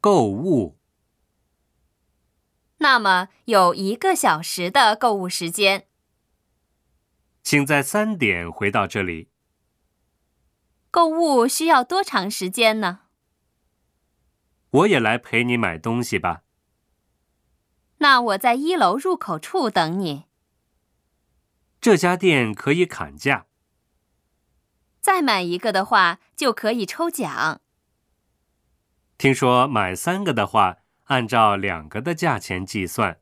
购物，那么有一个小时的购物时间。请在三点回到这里。购物需要多长时间呢？我也来陪你买东西吧。那我在一楼入口处等你。这家店可以砍价，再买一个的话，就可以抽奖。听说买三个的话，按照两个的价钱计算，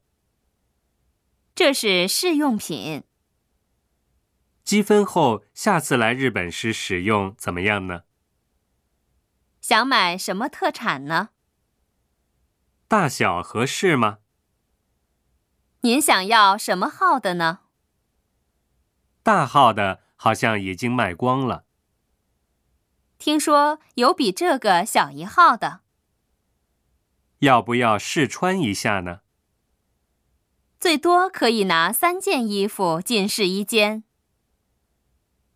这是试用品。积分后下次来日本时使用怎么样呢？想买什么特产呢？大小合适吗？您想要什么号的呢？大号的好像已经卖光了，听说有比这个小一号的，要不要试穿一下呢？最多可以拿三件衣服进试衣间。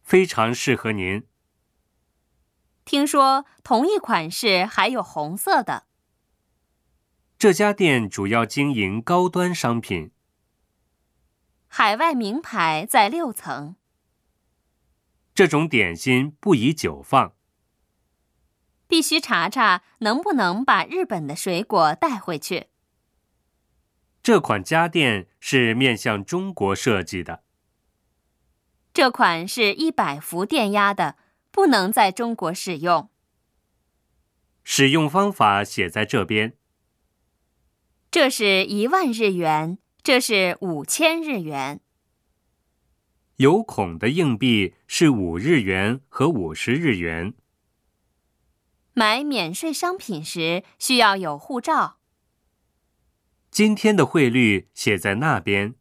非常适合您。听说同一款式还有红色的。这家店主要经营高端商品，海外名牌在六层，这种点心不宜久放。必须查查能不能把日本的水果带回去。这款家电是面向中国设计的，这款是一百伏电压的，不能在中国使用。使用方法写在这边。这是一万日元，这是五千日元。有孔的硬币是五日元和五十日元。买免税商品时需要有护照。今天的汇率写在那边。